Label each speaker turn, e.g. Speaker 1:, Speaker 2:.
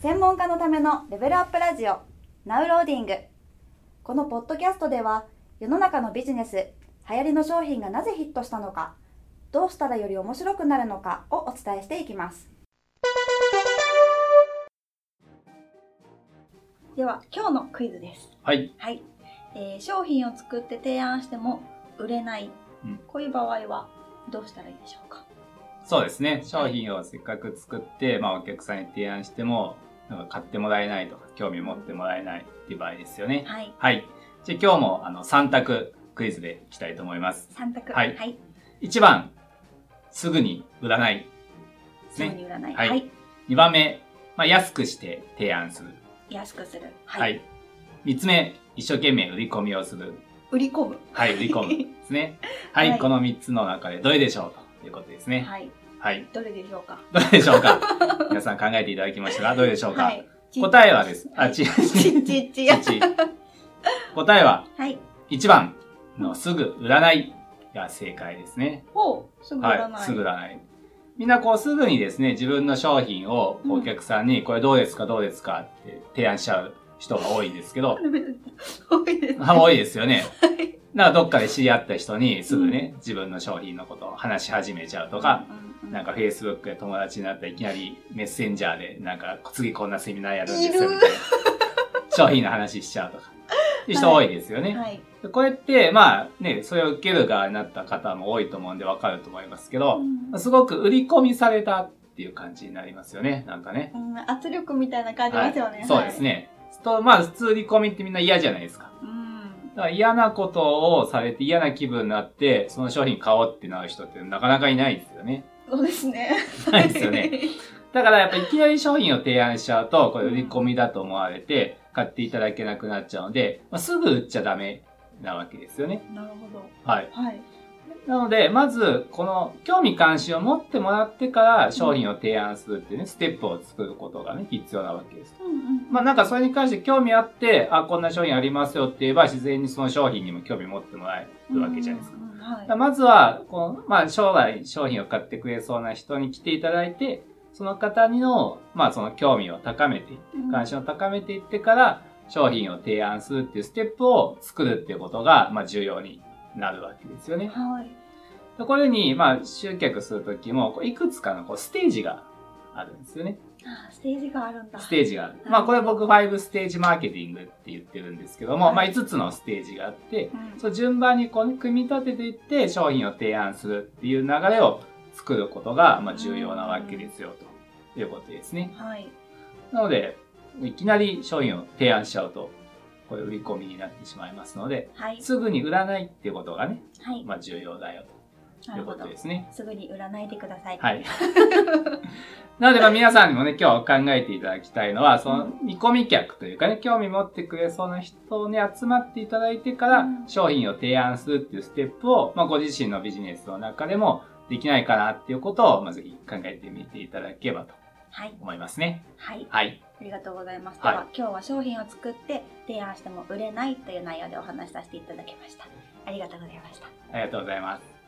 Speaker 1: 専門家のためのレベルアップラジオナウローディングこのポッドキャストでは世の中のビジネス流行りの商品がなぜヒットしたのかどうしたらより面白くなるのかをお伝えしていきますでは今日のクイズです、
Speaker 2: はい。
Speaker 1: はいえー商品を作って提案しても売れない、
Speaker 2: うん
Speaker 1: こういう場合はどうしたらいいでしょうか
Speaker 2: そうですね。商品をせっかく作って、まあお客さんに提案しても、なんか買ってもらえないとか、興味持ってもらえないっていう場合ですよね。
Speaker 1: はい
Speaker 2: はい。じゃあ今日もあの3択クイズでいきたいと思います。
Speaker 1: 3択
Speaker 2: はい
Speaker 1: はい、
Speaker 2: 1番、すぐに売らない。
Speaker 1: すぐに売らない、
Speaker 2: はい
Speaker 1: はい、
Speaker 2: 2番目、まあ、安くして提案する。
Speaker 1: 安くする
Speaker 2: は、い。3つ目、一生懸命売り込みをする。
Speaker 1: 売り込む
Speaker 2: はい、売り込むです ね。はい、
Speaker 1: はい
Speaker 2: この3つの中でどれでしょうということですね。
Speaker 1: はい
Speaker 2: はい。
Speaker 1: どれでしょうか
Speaker 2: どれでしょうか皆さん考えていただきましたが、どれでしょうか、
Speaker 1: はい、
Speaker 2: 答えはです。あ、違う。
Speaker 1: ちっちっちや
Speaker 2: ちち答えは
Speaker 1: はい
Speaker 2: 1番のすぐ売らないが正解ですね。
Speaker 1: をすぐ売らない、
Speaker 2: はい、すぐ売らない。みんなこうすぐにですね、自分の商品を
Speaker 1: うん
Speaker 2: お客さんにこれどうですかどうですかって提案しちゃう人が多いんですけど、
Speaker 1: 多いですね
Speaker 2: あ多いですよね。
Speaker 1: はい
Speaker 2: なんかどっかで知り合った人にすぐね、自分の商品のことを話し始めちゃうとか、、
Speaker 1: う
Speaker 2: なん
Speaker 1: か
Speaker 2: か Facebook で友達になったらいきなりメッセンジャーでなんか次こんなセミナーやるんですよ
Speaker 1: いる
Speaker 2: みたいな商品の話しちゃうとか。いう人多いですよね。
Speaker 1: はい、
Speaker 2: でこれって、まあね、それを受ける側になった方も多いと思うんでわかると思いますけど、
Speaker 1: う
Speaker 2: すごく売り込みされたっていう感じになりますよね、なんかね。
Speaker 1: ん、圧力みたいな感じですよね、
Speaker 2: はいそうです、ね。とまあ普通売り込みってみんな嫌じゃないですか。
Speaker 1: うん
Speaker 2: だから嫌なことをされて嫌な気分になって、その商品買おうってなる人ってなかなかいないですよね。
Speaker 1: そうですね
Speaker 2: ないですよね。だからやっぱいきなり商品を提案しちゃうと、これ売り込みだと思われて、買っていただけなくなっちゃうので、まあ、すぐ売っちゃダメなわけですよね。
Speaker 1: なるほど
Speaker 2: はい。
Speaker 1: はい
Speaker 2: なので、まず、この興味関心を持ってもらってから商品を提案するっていうね、ステップを作ることがね、必要なわけです。
Speaker 1: うんうん
Speaker 2: まあなんかそれに関して興味あって、あ、こんな商品ありますよって言えば、自然にその商品にも興味持ってもらえるわけじゃないですか。
Speaker 1: うんうんは
Speaker 2: だ
Speaker 1: い
Speaker 2: からまずはこの、まあ、将来商品を買ってくれそうな人に来ていただいてその方にの,、まあその興味を高めて関心を高めていってから商品を提案するっていうステップを作るっていうことが、まあ、重要になるわけですよね。
Speaker 1: うんはい
Speaker 2: でこれに、まあ、集客する時もこういくつかのこうステージがあるんですよね。
Speaker 1: あステージがあるんだ
Speaker 2: ステージがある。まあこれ僕5ステージマーケティングって言ってるんですけども、まあ5つのステージがあって、
Speaker 1: うん
Speaker 2: そう順番にこうね組み立てていって商品を提案するっていう流れを作ることが、まあ、重要なわけですよということですね。
Speaker 1: はい
Speaker 2: なので、いきなり商品を提案しちゃうと、これ売り込みになってしまいますので、
Speaker 1: はい
Speaker 2: すぐに売らないっていうことがね、
Speaker 1: はい
Speaker 2: まあ、重要だよ
Speaker 1: な
Speaker 2: と
Speaker 1: る
Speaker 2: いう
Speaker 1: ほ
Speaker 2: こ
Speaker 1: ど
Speaker 2: とですね。
Speaker 1: すぐに売らないでください
Speaker 2: はい。 なので、まあ皆さんにもね、今日考えていただきたいのは、その見込み客というかね、興味持ってくれそうな人に集まっていただいてから
Speaker 1: うん、
Speaker 2: 商品を提案するっていうステップを、まあご自身のビジネスの中でもできないかなっていうことを、まあぜひ考えてみていただければと
Speaker 1: はい
Speaker 2: 思いますね。
Speaker 1: はい
Speaker 2: はい。
Speaker 1: ありがとうございます。で
Speaker 2: はい
Speaker 1: は、今日は商品を作って提案しても売れないという内容でお話しさせていただきました。ありがとうございました。
Speaker 2: ありがとうございます。